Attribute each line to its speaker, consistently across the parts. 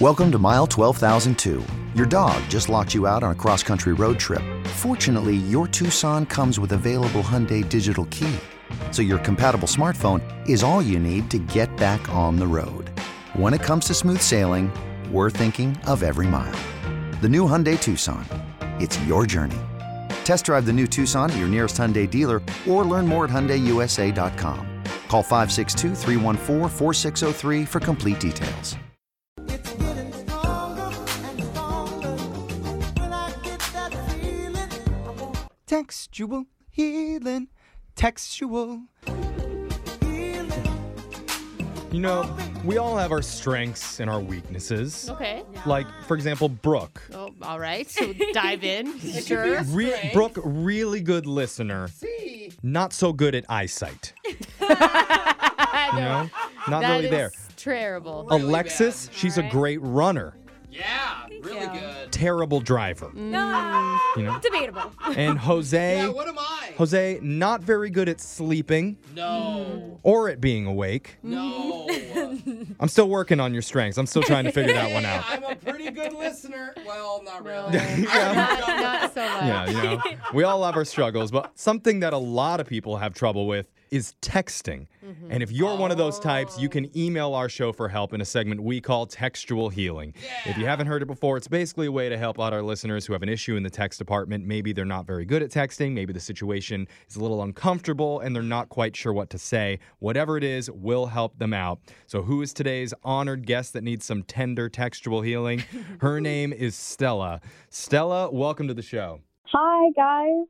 Speaker 1: Welcome to mile 12,002. Your dog just locked you out on a cross country road trip. Fortunately, your Tucson comes with available Hyundai Digital Key. So your compatible smartphone is all you need to get back on the road. When it comes to smooth sailing, we're thinking of every mile. The new Hyundai Tucson. It's your journey. Test drive the new Tucson at your nearest Hyundai dealer or learn more at HyundaiUSA.com. Call 562 314 4603 for complete details.
Speaker 2: Textual healing, textual.
Speaker 3: You know, we all have our strengths and our weaknesses.
Speaker 4: Okay.
Speaker 3: Like, for example, Brooke.
Speaker 4: Oh, all right. So dive in. sure.
Speaker 3: Re- Brooke, really good listener. Not so good at eyesight. you know? Not
Speaker 4: That
Speaker 3: really
Speaker 4: is
Speaker 3: there. Oh.
Speaker 4: terrible.
Speaker 3: Alexis, she's a great runner.
Speaker 5: Yeah, really good.
Speaker 3: Terrible
Speaker 4: Mm.
Speaker 3: driver. You know?
Speaker 6: Debatable.
Speaker 3: And Jose.
Speaker 5: Yeah, what am I?
Speaker 3: Jose, not very good at sleeping
Speaker 5: No,
Speaker 3: or at being awake.
Speaker 5: no.
Speaker 3: I'm still working on your strengths. I'm still trying to figure that one
Speaker 5: Yeah,
Speaker 3: out.
Speaker 5: I'm a pretty good listener. Well, not
Speaker 4: No.
Speaker 5: really.
Speaker 4: not, not so much.
Speaker 3: Yeah, you know, we all have our struggles, but something that a lot of people have trouble with is texting. And if you're one of those types, you can email our show for help in a segment we call Textual Healing. If you haven't heard it before, it's basically a way to help out our listeners who have an issue in the text department. Maybe they're not very good at texting, maybe the situation is a little uncomfortable and they're not quite sure what to say. Whatever it is, we'll help them out. So, who is today's honored guest that needs some tender textual healing? Her name is Stella. Stella, welcome to the show.
Speaker 7: Hi, guys.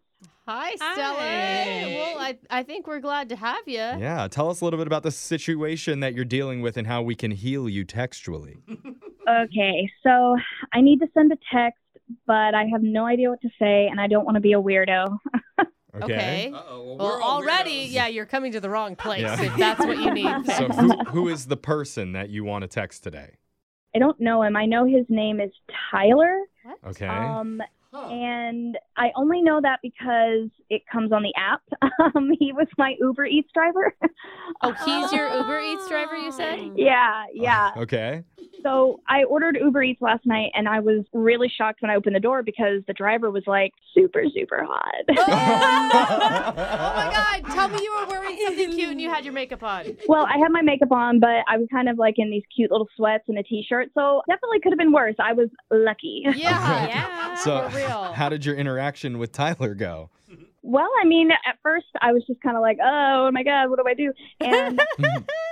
Speaker 4: Hi, Stella.
Speaker 6: Hi.
Speaker 4: Well, I, I think we're glad to have you.
Speaker 3: Yeah, tell us a little bit about the situation that you're dealing with and how we can heal you textually.
Speaker 7: Okay, so I need to send a text, but I have no idea what to say, and I don't want to be a weirdo.
Speaker 4: Okay.
Speaker 5: Uh oh. Well,
Speaker 4: Well,
Speaker 5: we're all
Speaker 4: already,
Speaker 5: weirdos.
Speaker 4: yeah, you're coming to the wrong place
Speaker 3: Yeah.
Speaker 4: if that's what you need.
Speaker 3: So who, who is the person that you want to text today?
Speaker 7: I don't know him. I know his name is Tyler,
Speaker 3: Okay. Uh,
Speaker 7: um,
Speaker 5: Huh.
Speaker 7: and I only know that because it comes on the app. Um, he was my Uber Eats driver.
Speaker 4: oh, he's your Uber Eats driver, you said?
Speaker 7: yeah, yeah.
Speaker 3: Okay.
Speaker 7: So I ordered Uber Eats last night, and I was really shocked when I opened the door because the driver was like super, super hot.
Speaker 4: Oh my God, tell me you were wearing something cute and you had your makeup on.
Speaker 7: Well, I had my makeup on, but I was kind of like in these cute little sweats and a t-shirt, so definitely could have been worse. I was lucky.
Speaker 4: Yeah.
Speaker 6: Yeah.
Speaker 3: so
Speaker 4: for real.
Speaker 3: how did your interaction with Tyler go?
Speaker 7: Well, I mean, at first I was just kind of like, oh my god, what do I do? And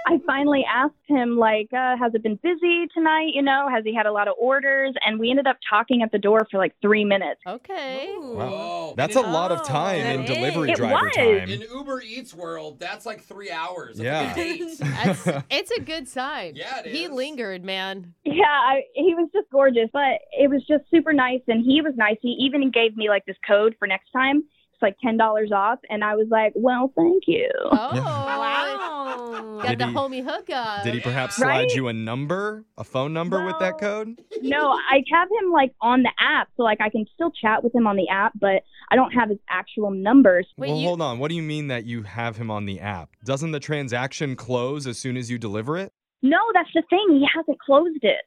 Speaker 7: I finally asked him, like, uh, has it been busy tonight? You know, has he had a lot of orders? And we ended up talking at the door for like three minutes.
Speaker 4: Okay.
Speaker 5: Whoa.
Speaker 3: That's a
Speaker 5: in,
Speaker 3: lot of time
Speaker 6: that
Speaker 3: in
Speaker 6: is.
Speaker 3: delivery
Speaker 7: It
Speaker 3: driver
Speaker 7: was.
Speaker 3: time.
Speaker 5: In Uber Eats world, that's like three hours.
Speaker 3: Yeah.
Speaker 5: Of dates.
Speaker 4: That's, it's a good sign.
Speaker 5: Yeah, it
Speaker 4: He
Speaker 5: is.
Speaker 4: lingered, man.
Speaker 7: Yeah, I, he was just gorgeous, but it was just super nice, and he was nice. He even gave me like this code for next time. It's like ten dollars off, and I was like, well, thank you.
Speaker 4: Oh, wow.
Speaker 6: Wow.
Speaker 4: Got
Speaker 3: Did
Speaker 4: the
Speaker 3: he-
Speaker 4: homie hookup.
Speaker 3: Did he perhaps slide
Speaker 7: Right?
Speaker 3: you a number, a phone number with that code?
Speaker 7: No, I have him like on the app, so like I can still chat with him on the app, but I don't have his actual numbers.
Speaker 4: Wait,
Speaker 3: well,
Speaker 4: you-
Speaker 3: hold on. What do you mean that you have him on the app? Doesn't the transaction close as soon as you deliver it?
Speaker 7: No, that's the thing. He hasn't closed it.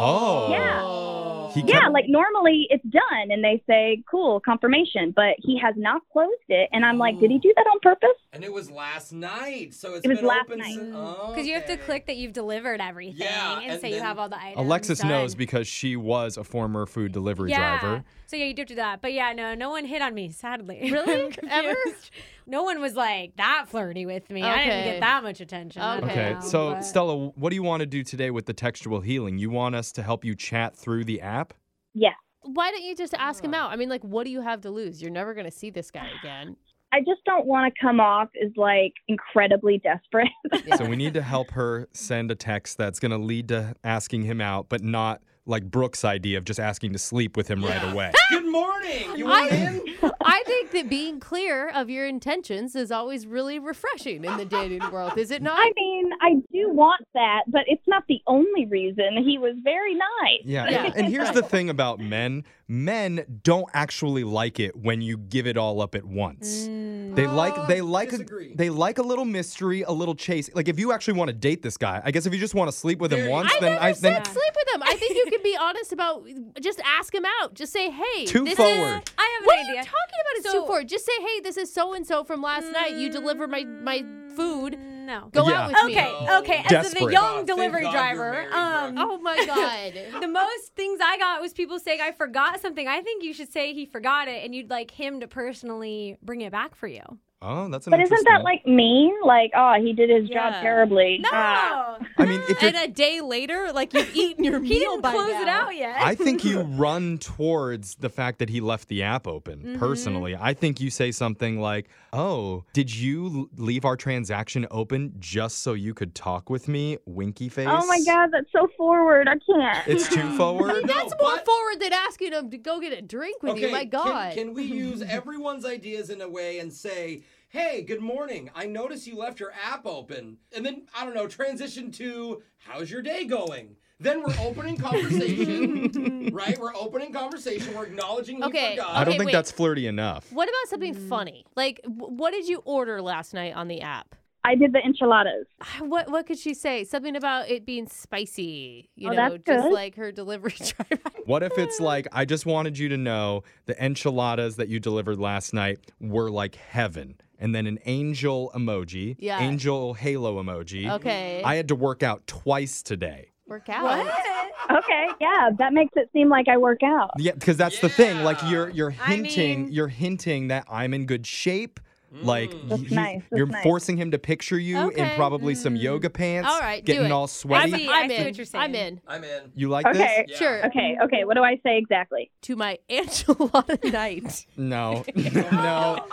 Speaker 4: Oh.
Speaker 5: Yeah.
Speaker 3: He
Speaker 7: Yeah,
Speaker 3: kept-
Speaker 7: like normally it's done and they say, cool, confirmation, but he has not closed it. And I'm like, did he do that on purpose?
Speaker 5: And it was last night, so it's
Speaker 7: It was
Speaker 5: been
Speaker 7: last
Speaker 5: open Oh,
Speaker 7: night.
Speaker 5: since.
Speaker 6: Because you have to click that you've delivered everything,
Speaker 5: Mm. Yeah,
Speaker 6: and,
Speaker 5: and
Speaker 6: so you
Speaker 5: then-
Speaker 6: have all the items.
Speaker 3: Alexis
Speaker 6: done.
Speaker 3: knows because she was a former food delivery
Speaker 6: yeah.
Speaker 3: driver.
Speaker 6: So yeah, you do do that. But yeah, no, no one hit on me. Sadly,
Speaker 4: Really?
Speaker 6: I'm confused.
Speaker 4: Ever?
Speaker 6: No one was like that flirty with me. I didn't
Speaker 4: Okay.
Speaker 6: get that much attention. I don't
Speaker 3: Okay,
Speaker 6: know,
Speaker 3: so
Speaker 6: Oh, but-
Speaker 3: Stella, what do you want to do today with the textual healing? You want us to help you chat through the app?
Speaker 7: Yes.
Speaker 4: Why don't you just ask him out? I mean, like, what do you have to lose? You're never going to see this guy again.
Speaker 7: I just don't want to come off as like incredibly desperate.
Speaker 3: So we need to help her send a text that's going to lead to asking him out, but not like Brooke's idea of just asking to sleep with him right
Speaker 5: Yeah.
Speaker 3: away.
Speaker 5: Good morning. You want in?
Speaker 4: I think that being clear of your intentions is always really refreshing in the dating world, is it not?
Speaker 7: I mean, I do want that, but it's not the only only reason. He was very nice.
Speaker 3: Yeah.
Speaker 4: Yeah.
Speaker 3: And here's the thing about men men don't actually like it when you give it all up at once.
Speaker 6: Mm.
Speaker 3: They like they
Speaker 5: Uh,
Speaker 3: like a,
Speaker 5: disagree.
Speaker 3: they like a little mystery, a little chase. Like if you actually want to date this guy, I guess if you just want to sleep with him
Speaker 5: Very-
Speaker 3: once,
Speaker 4: I
Speaker 3: then
Speaker 4: never
Speaker 3: I
Speaker 4: said
Speaker 3: then
Speaker 4: sleep with him. I think you can be honest about. Just ask him out. Just say, hey,
Speaker 3: Too
Speaker 4: this
Speaker 3: forward.
Speaker 4: Is,
Speaker 6: I have an
Speaker 4: what are
Speaker 6: idea.
Speaker 4: you talking about? It's
Speaker 6: So-
Speaker 4: too forward. Just say, hey, this is so and so from last night. You delivered my my food.
Speaker 6: Mm, No.
Speaker 4: Go
Speaker 3: Yeah.
Speaker 4: out with me.
Speaker 6: Okay,
Speaker 5: No.
Speaker 6: okay. As the
Speaker 3: Desperate.
Speaker 5: God,
Speaker 6: young
Speaker 5: thank
Speaker 6: delivery
Speaker 5: God you're
Speaker 6: driver,
Speaker 5: married,
Speaker 6: um,
Speaker 5: bro.
Speaker 4: Oh my god.
Speaker 6: the most things I got was people saying I forgot something. I think you should say he forgot it, and you'd like him to personally bring it back for you.
Speaker 3: Oh, that's an
Speaker 7: But isn't
Speaker 3: interesting.
Speaker 7: that like mean? Like, oh, he did his
Speaker 4: Yeah.
Speaker 7: job terribly.
Speaker 6: No,
Speaker 7: Ah.
Speaker 3: I mean, if you're,
Speaker 8: And a day later, like you've eaten your meal
Speaker 6: he didn't
Speaker 8: by
Speaker 6: close
Speaker 8: now.
Speaker 6: it out yet.
Speaker 3: I think you run towards the fact that he left the app open.
Speaker 7: Mm-hmm.
Speaker 3: Personally, I think you say something like, "Oh, did you l- leave our transaction open just so you could talk with me?" Winky face.
Speaker 7: Oh my God, that's so forward. I can't.
Speaker 3: It's too forward.
Speaker 4: That's
Speaker 5: No,
Speaker 4: more
Speaker 5: but-
Speaker 4: forward than asking him to go get a drink with you. My
Speaker 5: can-
Speaker 4: God.
Speaker 5: Can, we use everyone's ideas in a way and say, hey, good morning. I noticed you left your app open. And then, I don't know, transition to, how's your day going? Then we're opening conversation, right? We're opening conversation. We're acknowledging he
Speaker 4: Okay,
Speaker 5: forgot.
Speaker 3: I don't
Speaker 4: Okay,
Speaker 3: think
Speaker 4: wait.
Speaker 3: that's flirty enough.
Speaker 4: what about something funny? Like, w- what did you order last night on the app?
Speaker 7: I did the enchiladas.
Speaker 4: Ah, What what could she say? Something about it being spicy, you
Speaker 7: Oh,
Speaker 4: know,
Speaker 7: that's
Speaker 4: just
Speaker 7: good.
Speaker 4: like her delivery driver.
Speaker 3: What if it's like, I just wanted you to know the enchiladas that you delivered last night were like heaven? And then an angel emoji,
Speaker 4: Yeah.
Speaker 3: angel halo emoji.
Speaker 4: Okay.
Speaker 3: I had to work out twice today.
Speaker 4: Work out.
Speaker 7: Okay, yeah, that makes it seem like I work out.
Speaker 3: Yeah, because that's the thing. Like
Speaker 5: Yeah.
Speaker 3: you're you're
Speaker 6: I
Speaker 3: hinting,
Speaker 6: mean-
Speaker 3: you're hinting that I'm in good shape. Like
Speaker 7: Mm. That's
Speaker 3: he-
Speaker 7: nice, that's
Speaker 3: you're
Speaker 7: nice.
Speaker 3: forcing him to picture you in
Speaker 4: Okay. Mm-hmm.
Speaker 3: probably some yoga pants,
Speaker 4: All right, do
Speaker 3: getting
Speaker 4: it.
Speaker 3: all sweaty.
Speaker 6: see-
Speaker 4: I'm
Speaker 6: I see
Speaker 4: in.
Speaker 6: what you're saying.
Speaker 4: I'm in.
Speaker 5: I'm in.
Speaker 3: you like
Speaker 7: Okay.
Speaker 3: this?
Speaker 5: Yeah.
Speaker 4: Sure.
Speaker 7: Okay, okay, what do I say exactly?
Speaker 4: To my enchilada night.
Speaker 3: No, no.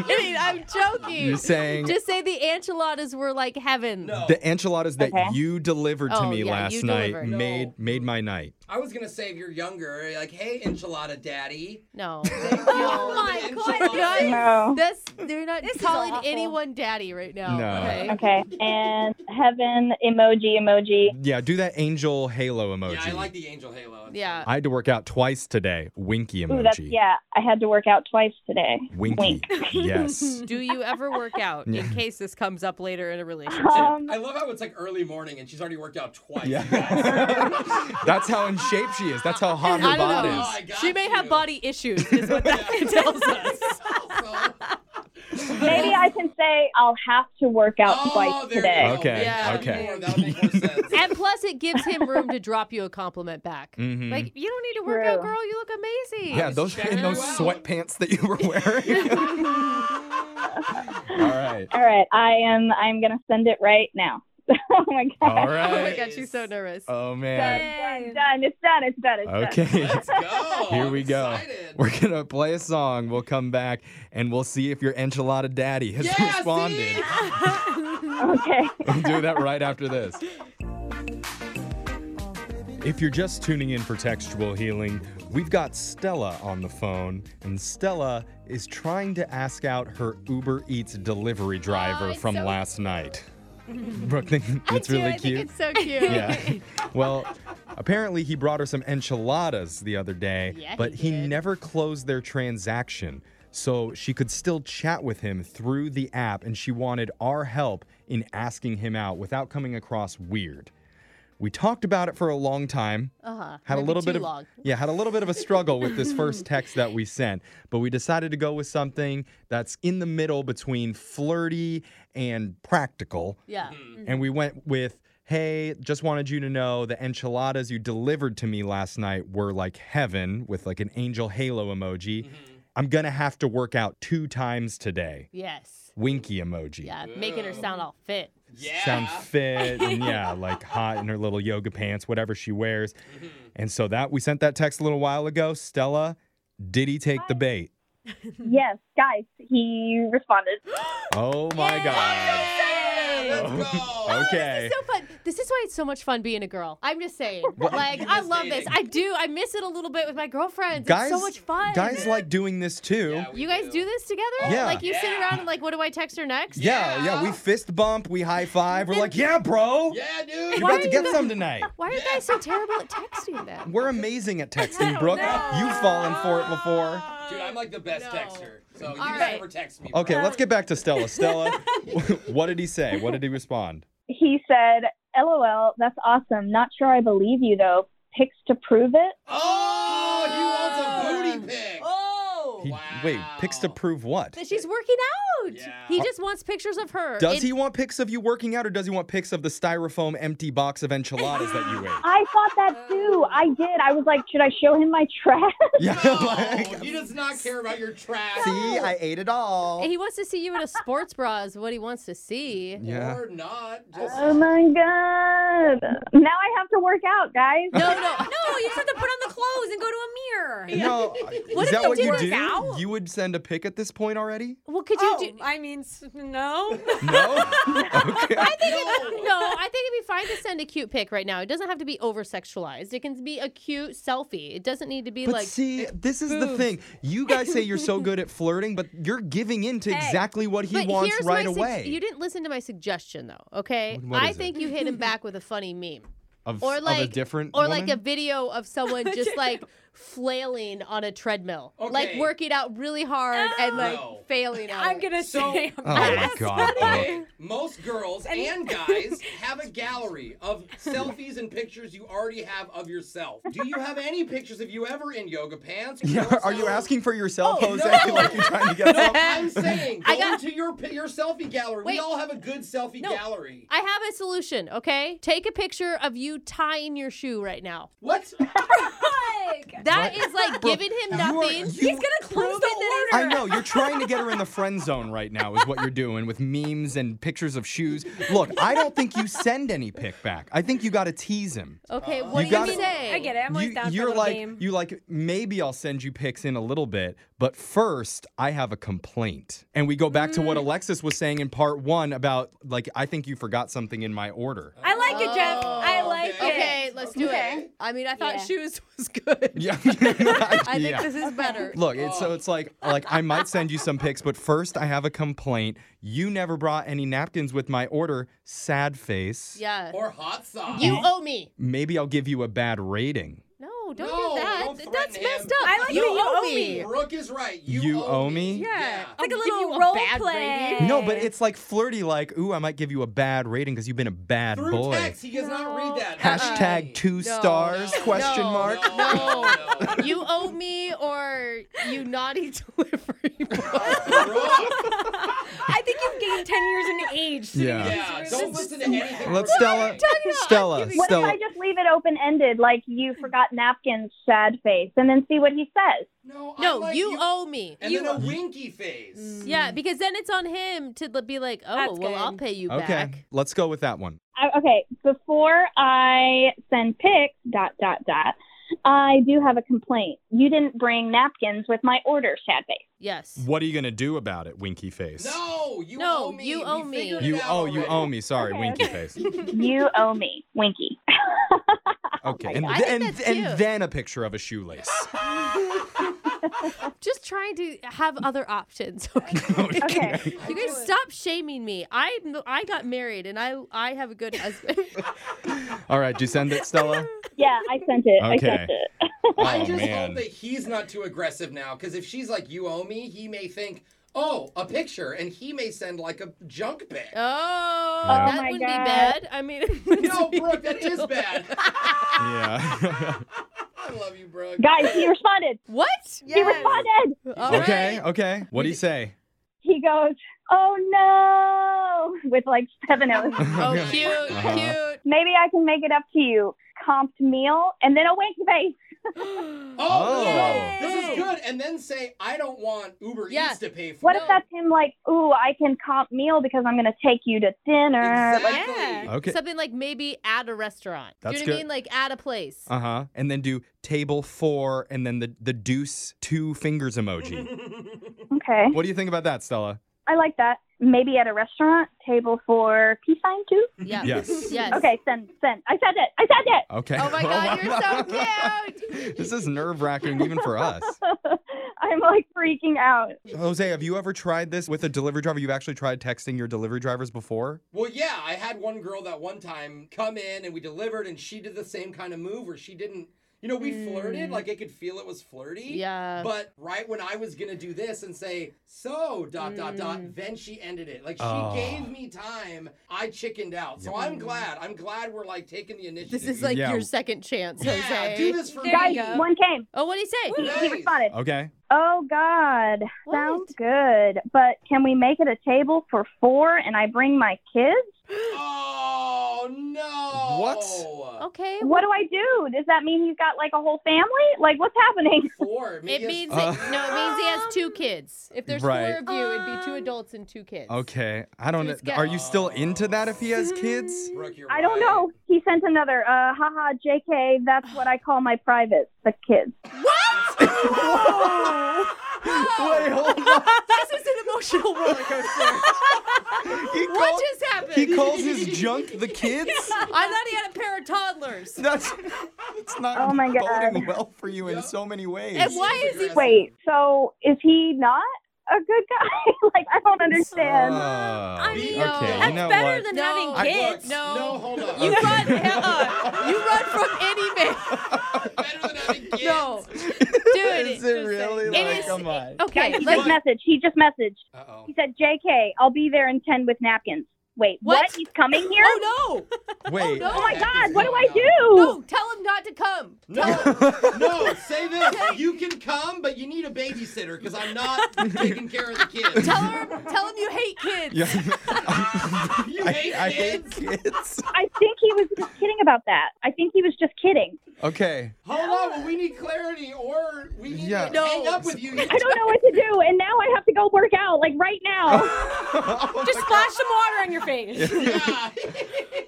Speaker 4: Kidding, I'm joking.
Speaker 3: You're saying
Speaker 4: Just say the enchiladas were like heaven.
Speaker 5: No.
Speaker 3: The enchiladas that
Speaker 7: Okay.
Speaker 3: you delivered to
Speaker 4: Oh,
Speaker 3: me
Speaker 4: yeah,
Speaker 3: last
Speaker 4: you
Speaker 3: night
Speaker 4: delivered.
Speaker 3: made made my night.
Speaker 5: I was going to say, if you're younger, like, hey, enchilada daddy.
Speaker 4: No.
Speaker 5: Oh
Speaker 6: my
Speaker 4: God.
Speaker 7: No.
Speaker 4: That's they're not
Speaker 6: This is
Speaker 4: calling
Speaker 6: awful.
Speaker 4: anyone daddy right now.
Speaker 3: No.
Speaker 4: Okay.
Speaker 7: Okay, and heaven emoji emoji.
Speaker 3: Yeah, do that angel halo emoji.
Speaker 5: Yeah, I like the angel halo. It's
Speaker 4: Yeah.
Speaker 3: I had to work out twice today. Winky emoji.
Speaker 7: Ooh, that's yeah. I had to work out twice today.
Speaker 3: Winky.
Speaker 7: Wink.
Speaker 3: yes.
Speaker 4: Do you ever work out in case this comes up later in a relationship?
Speaker 7: Um,
Speaker 5: I love how it's like early morning and she's already worked out twice.
Speaker 3: Yeah. that's how in shape she is. That's how hot
Speaker 4: I
Speaker 3: her
Speaker 4: don't
Speaker 3: bod
Speaker 4: know.
Speaker 5: Oh,
Speaker 3: is.
Speaker 5: I got
Speaker 4: she may have
Speaker 5: you.
Speaker 4: body issues, is what that tells us.
Speaker 5: Also-
Speaker 7: Maybe I can say I'll have to work out
Speaker 5: Oh,
Speaker 7: twice
Speaker 5: there you
Speaker 7: today.
Speaker 5: go.
Speaker 3: Okay,
Speaker 5: Yeah,
Speaker 3: okay.
Speaker 5: more, That would make more sense.
Speaker 4: And plus, it gives him room to drop you a compliment back.
Speaker 6: Mm-hmm.
Speaker 3: Mhm.
Speaker 4: Like, you don't need to work out,
Speaker 7: True.
Speaker 4: girl. You look amazing.
Speaker 3: yeah, those
Speaker 5: Check
Speaker 3: and
Speaker 5: it
Speaker 3: those
Speaker 5: out.
Speaker 3: sweatpants that you were wearing. All right.
Speaker 7: All right, I am. I'm gonna send it right now. oh my god.
Speaker 3: All
Speaker 4: Oh my
Speaker 3: right.
Speaker 4: god, she's so nervous.
Speaker 3: Oh
Speaker 7: Done,
Speaker 3: man.
Speaker 7: done, done. It's done. It's done. It's done.
Speaker 3: Okay.
Speaker 5: Go.
Speaker 3: Here we
Speaker 5: I'm
Speaker 3: go.
Speaker 5: excited.
Speaker 3: We're gonna play a song. We'll come back and we'll see if your enchilada daddy has
Speaker 5: Yeah, see?
Speaker 3: responded.
Speaker 7: Okay.
Speaker 3: We'll do that right after this. If you're just tuning in for textual healing, we've got Stella on the phone, and Stella is trying to ask out her Uber Eats delivery driver from last night. Brooke, think it's
Speaker 4: Dude,
Speaker 3: really
Speaker 4: I
Speaker 3: cute.
Speaker 4: think it's so cute.
Speaker 3: yeah. Well, apparently he brought her some enchiladas the other day,
Speaker 4: Yeah, he
Speaker 3: but he,
Speaker 4: did.
Speaker 3: never closed their transaction. So she could still chat with him through the app, and she wanted our help in asking him out without coming across weird. We talked about it for a long time.
Speaker 4: Uh-huh.
Speaker 3: Had a
Speaker 4: Maybe
Speaker 3: little
Speaker 4: too
Speaker 3: bit of
Speaker 4: long.
Speaker 3: yeah, had a little bit of a struggle with this first text that we sent, but we decided to go with something that's in the middle between flirty and practical
Speaker 4: Yeah.
Speaker 3: and
Speaker 4: Mm-hmm.
Speaker 3: we went with hey just wanted you to know the enchiladas you delivered to me last night were like heaven with like an angel halo emoji
Speaker 4: Mm-hmm.
Speaker 3: i'm gonna have to work out two times today
Speaker 4: Yes.
Speaker 3: winky emoji
Speaker 4: Yeah. Making her sound all fit.
Speaker 5: Yeah.
Speaker 3: sound fit and yeah like hot in her little yoga pants whatever she wears
Speaker 4: Mm-hmm.
Speaker 3: and so that we sent that text a little while ago stella did he take the bait
Speaker 7: yes, guys. He responded.
Speaker 3: oh my god
Speaker 5: Let's go.
Speaker 3: okay
Speaker 4: Oh, So fun. This is why it's so much fun being a girl. I'm just saying.
Speaker 3: What-
Speaker 4: Like,
Speaker 5: You
Speaker 4: I
Speaker 5: miss
Speaker 4: love this.
Speaker 5: dating.
Speaker 4: I do. I miss it a little bit with my girlfriends. it's so much fun.
Speaker 3: Guys like doing this too.
Speaker 5: Yeah, we
Speaker 4: you guys do this together?
Speaker 3: Yeah.
Speaker 4: Like, you sit
Speaker 5: Yeah.
Speaker 4: around and, like, what do I text her next?
Speaker 3: Yeah, yeah,
Speaker 5: Yeah.
Speaker 3: We fist bump, we high five. We're like, yeah, bro.
Speaker 5: Yeah, dude.
Speaker 3: You're
Speaker 4: Why
Speaker 3: about to
Speaker 4: are
Speaker 3: get
Speaker 4: you-
Speaker 3: some tonight.
Speaker 4: Why are you guys so terrible at texting then?
Speaker 3: We're amazing at texting, Brooke. You've fallen for it before.
Speaker 5: Dude, I'm like the best texter. So you just
Speaker 4: right.
Speaker 5: never text me.
Speaker 3: Okay,
Speaker 5: bro.
Speaker 3: let's get back to Stella. Stella, what did he say? What did he respond?
Speaker 7: He said, LOL, that's awesome. Not sure I believe you though. Pics to prove it.
Speaker 5: Oh, he wants a booty
Speaker 4: Uh,
Speaker 5: pic.
Speaker 8: Oh.
Speaker 3: He, Wait, pics to
Speaker 5: Wow.
Speaker 3: prove what?
Speaker 4: That she's working out.
Speaker 5: Yeah.
Speaker 4: He just wants pictures of her.
Speaker 3: Does
Speaker 4: It-
Speaker 3: he want pics of you working out or does he want pics of the styrofoam empty box of enchiladas that you ate?
Speaker 7: I thought that too. I did. I was like, should I show him my trash?
Speaker 3: Yeah,
Speaker 5: Oh,
Speaker 3: like,
Speaker 5: he does not care about your trash.
Speaker 3: see, I ate it all.
Speaker 4: He wants to see you in a sports bra is what he wants to see.
Speaker 3: Yeah.
Speaker 5: Or not. Just
Speaker 4: Uh,
Speaker 7: oh my god. Now I have to work out, guys.
Speaker 4: No, no.
Speaker 6: No, you just have to put on the clothes and go to a mirror.
Speaker 3: No,
Speaker 4: What
Speaker 3: is
Speaker 4: if
Speaker 3: that
Speaker 4: they
Speaker 3: what you
Speaker 4: work
Speaker 3: do?
Speaker 4: out?
Speaker 3: You would send a pic at this point already?
Speaker 4: Well, could you
Speaker 6: Oh,
Speaker 4: do?
Speaker 6: I mean, s- no.
Speaker 3: No. okay.
Speaker 4: No, I think it'd be fine to send a cute pic right now. It doesn't have to be over sexualized. It can be a cute selfie. It doesn't need to be
Speaker 3: But
Speaker 4: like.
Speaker 3: see, this is the thing. You guys say you're so good at flirting, but you're giving in to exactly what he
Speaker 4: but
Speaker 3: wants
Speaker 4: here's
Speaker 3: right
Speaker 4: my sug-
Speaker 3: away.
Speaker 4: you didn't listen to my suggestion though. Okay,
Speaker 3: What- what
Speaker 4: I
Speaker 3: is it?
Speaker 4: think you hit him back with a funny meme,
Speaker 3: of,
Speaker 4: or
Speaker 3: of
Speaker 4: like
Speaker 3: a different
Speaker 4: or like a
Speaker 3: woman?
Speaker 4: video of someone just like flailing on a treadmill, like
Speaker 5: Okay.
Speaker 4: working out really hard and like
Speaker 5: No.
Speaker 4: failing. At
Speaker 6: I'm
Speaker 4: it.
Speaker 6: gonna
Speaker 5: So-
Speaker 6: say.
Speaker 3: Oh
Speaker 6: I'm
Speaker 3: my god. Brooke.
Speaker 5: Okay, most girls and guys have a gallery of selfies and pictures you already have of yourself. Do you have any pictures of you ever in yoga pants?
Speaker 3: Yeah, are you
Speaker 5: Yourself?
Speaker 3: asking for yourself,
Speaker 5: Oh,
Speaker 3: Jose?
Speaker 5: no.
Speaker 3: Like you're trying to get some?
Speaker 5: I'm saying, go
Speaker 4: I got-
Speaker 5: into your pi- your selfie gallery.
Speaker 4: Wait.
Speaker 5: We all have a good selfie
Speaker 4: No.
Speaker 5: gallery.
Speaker 4: I have a solution, okay? Take a picture of you tying your shoe right now.
Speaker 5: What?
Speaker 6: Like,
Speaker 4: That is like giving him nothing.
Speaker 6: he's gonna close
Speaker 4: Prove it
Speaker 6: the
Speaker 4: that
Speaker 3: I
Speaker 6: order.
Speaker 3: know you're trying to get her in the friend zone right now, is what you're doing with memes and pictures of shoes. Look, I don't think you send any pick back. I think you got to tease him.
Speaker 4: Okay, what
Speaker 3: You
Speaker 4: do you
Speaker 3: gotta-
Speaker 4: say?
Speaker 6: I get it. I'm always
Speaker 3: you,
Speaker 6: down
Speaker 3: you're
Speaker 6: for a little
Speaker 3: like
Speaker 6: game.
Speaker 3: you like maybe I'll send you pics in a little bit, but first I have a complaint. And we go back to what
Speaker 6: Mm.
Speaker 3: Alexis was saying in part one about like I think you forgot something in my order.
Speaker 6: I like it, Jeff. I like it.
Speaker 4: Oh, Okay, let's do
Speaker 6: Okay.
Speaker 4: it. I mean, I thought
Speaker 6: Yeah.
Speaker 4: shoes was good.
Speaker 3: Yeah.
Speaker 4: I think
Speaker 3: Yeah.
Speaker 4: this is better.
Speaker 3: Look, it's, so it's like like I might send you some pics, but first I have a complaint. You never brought any napkins with my order. Sad face.
Speaker 4: Yeah.
Speaker 5: Or hot sauce?
Speaker 4: You owe me.
Speaker 3: Maybe I'll give you a bad rating.
Speaker 4: No, don't
Speaker 5: No,
Speaker 4: do that.
Speaker 5: don't threaten
Speaker 4: That's
Speaker 5: him.
Speaker 4: messed up.
Speaker 6: I like
Speaker 4: you
Speaker 6: that you
Speaker 4: owe
Speaker 6: owe
Speaker 4: me.
Speaker 6: me.
Speaker 5: Brooke is right. You,
Speaker 3: You
Speaker 5: owe,
Speaker 3: owe me?
Speaker 5: Yeah.
Speaker 6: Yeah. It's like a
Speaker 4: I'll give
Speaker 6: little
Speaker 4: you a
Speaker 6: role
Speaker 4: bad
Speaker 6: play.
Speaker 4: rating.
Speaker 3: No, but it's like flirty, like, ooh, I might give you a bad rating because you've been a bad
Speaker 5: Through
Speaker 3: boy.
Speaker 5: text, he does not read that.
Speaker 3: Hashtag two stars
Speaker 5: No,
Speaker 3: question
Speaker 4: Uh-uh. no,
Speaker 3: mark.
Speaker 5: No, no, no.
Speaker 4: You owe me or you naughty delivery boy.
Speaker 5: Brooke,
Speaker 6: I think you've gained 10 years in age. sitting
Speaker 3: Yeah.
Speaker 6: in this
Speaker 5: yeah,
Speaker 6: room.
Speaker 5: don't listen to anything.
Speaker 3: Let's Stella. Stella.
Speaker 7: What if
Speaker 3: Stella.
Speaker 7: I just leave it open ended, like you forgot napkins, sad face, and then see what he says?
Speaker 5: No, I
Speaker 4: No,
Speaker 5: like
Speaker 4: you, owe me.
Speaker 5: And
Speaker 4: you
Speaker 5: then a winky face.
Speaker 4: Yeah, because then it's on him to l- be like, oh,
Speaker 6: That's
Speaker 4: well, I'll
Speaker 6: good.
Speaker 4: pay you
Speaker 3: Okay,
Speaker 4: back.
Speaker 3: let's go with that one.
Speaker 7: I, okay, before I send pics, dot, dot, dot, I do have a complaint. You didn't bring napkins with my order, sad face.
Speaker 4: Yes.
Speaker 3: What are you gonna do about it, Winky Face?
Speaker 5: No, you
Speaker 4: No,
Speaker 5: owe me.
Speaker 4: you
Speaker 5: We
Speaker 4: owe me.
Speaker 5: figured it
Speaker 3: You
Speaker 5: out
Speaker 3: oh, you
Speaker 5: already.
Speaker 3: owe me. Sorry, Winky Face.
Speaker 7: You owe me, Winky.
Speaker 3: Okay, and
Speaker 4: I think
Speaker 3: and,
Speaker 4: that's cute.
Speaker 3: and then a picture of a shoelace.
Speaker 4: Just trying to have other options. Okay.
Speaker 7: Okay.
Speaker 4: you guys stop shaming me. I I got married and I I have a good husband. Oh,
Speaker 3: All right, do you send it, Stella?
Speaker 7: yeah, I sent it. I
Speaker 3: Okay.
Speaker 7: sent it.
Speaker 5: I
Speaker 3: Oh,
Speaker 5: just
Speaker 3: man.
Speaker 5: hope that he's not too aggressive now, because if she's like, you owe me, he may think, oh, a picture, and he may send like a junk pic.
Speaker 4: Oh,
Speaker 3: Yeah.
Speaker 4: that
Speaker 7: Oh my
Speaker 4: wouldn't
Speaker 7: God.
Speaker 4: be bad. I mean,
Speaker 5: no, Brooke, that is bad.
Speaker 3: yeah.
Speaker 5: I love you, Brooke.
Speaker 7: Guys, he responded.
Speaker 4: what?
Speaker 7: He responded.
Speaker 4: All right.
Speaker 3: okay, okay. What do you say?
Speaker 7: He goes, Oh no, with like seven O's.
Speaker 4: Oh, cute,
Speaker 3: Uh-huh.
Speaker 4: cute.
Speaker 7: Maybe I can make it up to you. Comped meal and then a wink face.
Speaker 5: Oh,
Speaker 3: Oh.
Speaker 5: no, this is good. And then say, I don't want Uber
Speaker 4: Yeah.
Speaker 5: Eats to pay for
Speaker 7: What
Speaker 5: it.
Speaker 7: if that's him like, Ooh, I can comp meal because I'm going to take you to dinner? Like,
Speaker 5: Exactly.
Speaker 4: Yeah.
Speaker 3: Okay.
Speaker 4: Something like maybe at a restaurant.
Speaker 3: That's
Speaker 4: Do you know what
Speaker 3: good.
Speaker 4: I mean? Like at a place.
Speaker 3: Uh huh. And then do table four, and then the the deuce two fingers emoji.
Speaker 7: okay.
Speaker 3: what do you think about that, Stella?
Speaker 7: I like that. maybe at a restaurant, table for peace sign two.
Speaker 4: Yeah.
Speaker 3: Yes.
Speaker 4: Yes.
Speaker 7: Okay, send, send. I said it. I said it.
Speaker 3: Okay.
Speaker 4: Oh my God, you're so cute.
Speaker 3: this is nerve wracking even for us.
Speaker 7: I'm like freaking out.
Speaker 3: Jose, have you ever tried this with a delivery driver? You've actually tried texting your delivery drivers before?
Speaker 5: Well, yeah, I had one girl that one time come in and we delivered, and she did the same kind of move where she didn't. You know, we flirted, like I could feel it was flirty.
Speaker 4: Mm. Yeah.
Speaker 5: But right when I was gonna do this and say so dot dot
Speaker 4: Mm.
Speaker 5: dot, then she ended it. Like she
Speaker 3: Oh.
Speaker 5: gave me time. I chickened out. So I'm glad. I'm glad we're like taking the initiative.
Speaker 4: This is like
Speaker 3: Yeah.
Speaker 4: your second chance,
Speaker 5: yeah,
Speaker 4: Jose.
Speaker 5: do this for
Speaker 6: There
Speaker 5: me.
Speaker 7: Guys,
Speaker 6: you go.
Speaker 7: one came.
Speaker 4: Oh, what would he say?
Speaker 7: He, he
Speaker 5: Nice.
Speaker 7: responded.
Speaker 3: Okay.
Speaker 7: Oh God,
Speaker 4: What?
Speaker 7: sounds good. But can we make it a table for four? And I bring my kids.
Speaker 5: Oh no!
Speaker 3: What?
Speaker 4: Okay.
Speaker 7: What do I do? Does that mean he's got like a whole family? Like what's happening?
Speaker 5: Four.
Speaker 4: It
Speaker 5: Maybe it's-
Speaker 4: means
Speaker 3: Uh,
Speaker 4: that, Um, no. It means he has two kids. If there's
Speaker 3: Right.
Speaker 4: four of you, it'd be two
Speaker 6: Um,
Speaker 4: adults and two kids.
Speaker 3: Okay. I don't know.
Speaker 4: Dude's got-
Speaker 3: Are you still into that if he has kids?
Speaker 5: Brooke, you're
Speaker 7: I don't
Speaker 5: right.
Speaker 7: know. He sent another. Uh, haha, Jk. That's what I call my privates, the kids.
Speaker 3: Wait, hold on.
Speaker 4: This is an emotional roller coaster.
Speaker 3: He
Speaker 4: what
Speaker 3: called-
Speaker 4: just happened?
Speaker 3: He calls his junk the kids?
Speaker 4: I thought he had a pair of toddlers.
Speaker 3: That's it's not
Speaker 7: Oh my God.
Speaker 3: boding well for you in so many ways.
Speaker 4: And why is he?
Speaker 5: Aggressive.
Speaker 7: Wait, so is he not a good guy? like I don't understand.
Speaker 3: Uh, I
Speaker 6: mean,
Speaker 3: okay,
Speaker 6: that's
Speaker 3: you know
Speaker 6: better
Speaker 3: what?
Speaker 6: than
Speaker 4: No. I-
Speaker 6: having
Speaker 5: Brooke,
Speaker 6: kids.
Speaker 4: No.
Speaker 5: No, hold on.
Speaker 4: You
Speaker 3: Okay.
Speaker 4: run, uh, you run from any man.
Speaker 5: Better than having kids.
Speaker 4: No, dude.
Speaker 3: Is it really?
Speaker 4: It
Speaker 3: Like,
Speaker 4: is-
Speaker 3: come on.
Speaker 4: Okay.
Speaker 7: He
Speaker 4: Like,
Speaker 7: just messaged. He just messaged.
Speaker 5: Uh-oh.
Speaker 7: He said, "Jk, I'll be there in ten with napkins." Wait, what?
Speaker 4: What?
Speaker 7: He's coming here?
Speaker 4: oh no!
Speaker 3: Wait.
Speaker 4: no.
Speaker 7: Oh my God! What do I
Speaker 4: No,
Speaker 7: do?
Speaker 4: tell him not to come. Oh,
Speaker 5: No, no, say this. You can come, but you need a babysitter because I'm not taking care of the kids.
Speaker 4: Tell him, tell him you hate kids.
Speaker 3: Yeah.
Speaker 5: you
Speaker 3: I,
Speaker 5: hate
Speaker 3: I
Speaker 5: kids?
Speaker 3: hate kids.
Speaker 7: I think he was just kidding about that. I think he was just kidding.
Speaker 3: Okay.
Speaker 5: Hold on, well, we need clarity or we need
Speaker 3: Yeah.
Speaker 5: to
Speaker 3: No.
Speaker 5: hang up with you.
Speaker 7: I don't know what to do, and now I have to go work out like right now.
Speaker 6: Just splash some water on your face.
Speaker 5: Yeah.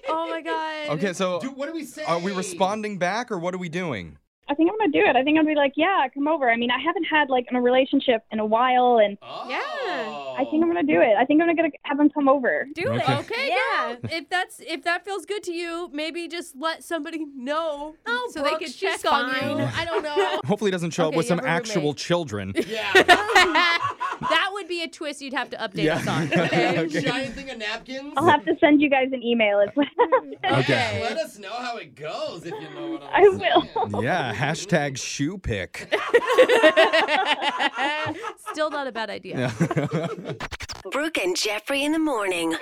Speaker 4: Oh my god.
Speaker 3: Okay, so
Speaker 5: Dude, what do we say?
Speaker 3: are we responding back or what are we doing?
Speaker 7: I think I'm gonna do it. I think I'm gonna be like, "Yeah, come over." I mean, I haven't had like a relationship in a while, and
Speaker 5: Oh.
Speaker 6: Yeah.
Speaker 7: I think I'm gonna do it. I think I'm gonna have him come over.
Speaker 6: Do
Speaker 3: Okay.
Speaker 6: it.
Speaker 4: Okay,
Speaker 6: Yeah.
Speaker 4: girl. If that's if that feels good to you, maybe just let somebody know
Speaker 6: Oh,
Speaker 4: so
Speaker 6: Brooke,
Speaker 4: they could
Speaker 6: she's
Speaker 4: check on
Speaker 6: fine.
Speaker 4: you. I don't know.
Speaker 3: Hopefully it doesn't show up
Speaker 4: Okay,
Speaker 3: with
Speaker 4: you
Speaker 3: some
Speaker 4: have a roommate.
Speaker 3: actual children.
Speaker 5: Yeah.
Speaker 4: that would be a twist you'd have to update
Speaker 3: Yeah.
Speaker 4: us on. Okay.
Speaker 3: Okay.
Speaker 5: Giant thing of napkins.
Speaker 7: I'll have to send you guys an email. As well.
Speaker 5: Yeah,
Speaker 3: Okay.
Speaker 5: Let us know how it goes if you know what
Speaker 7: I
Speaker 5: I'm saying.
Speaker 7: will.
Speaker 3: Yeah, hashtag shoe pick.
Speaker 4: Still not a bad idea.
Speaker 3: Yeah.
Speaker 9: Brooke and Jeffrey in the morning.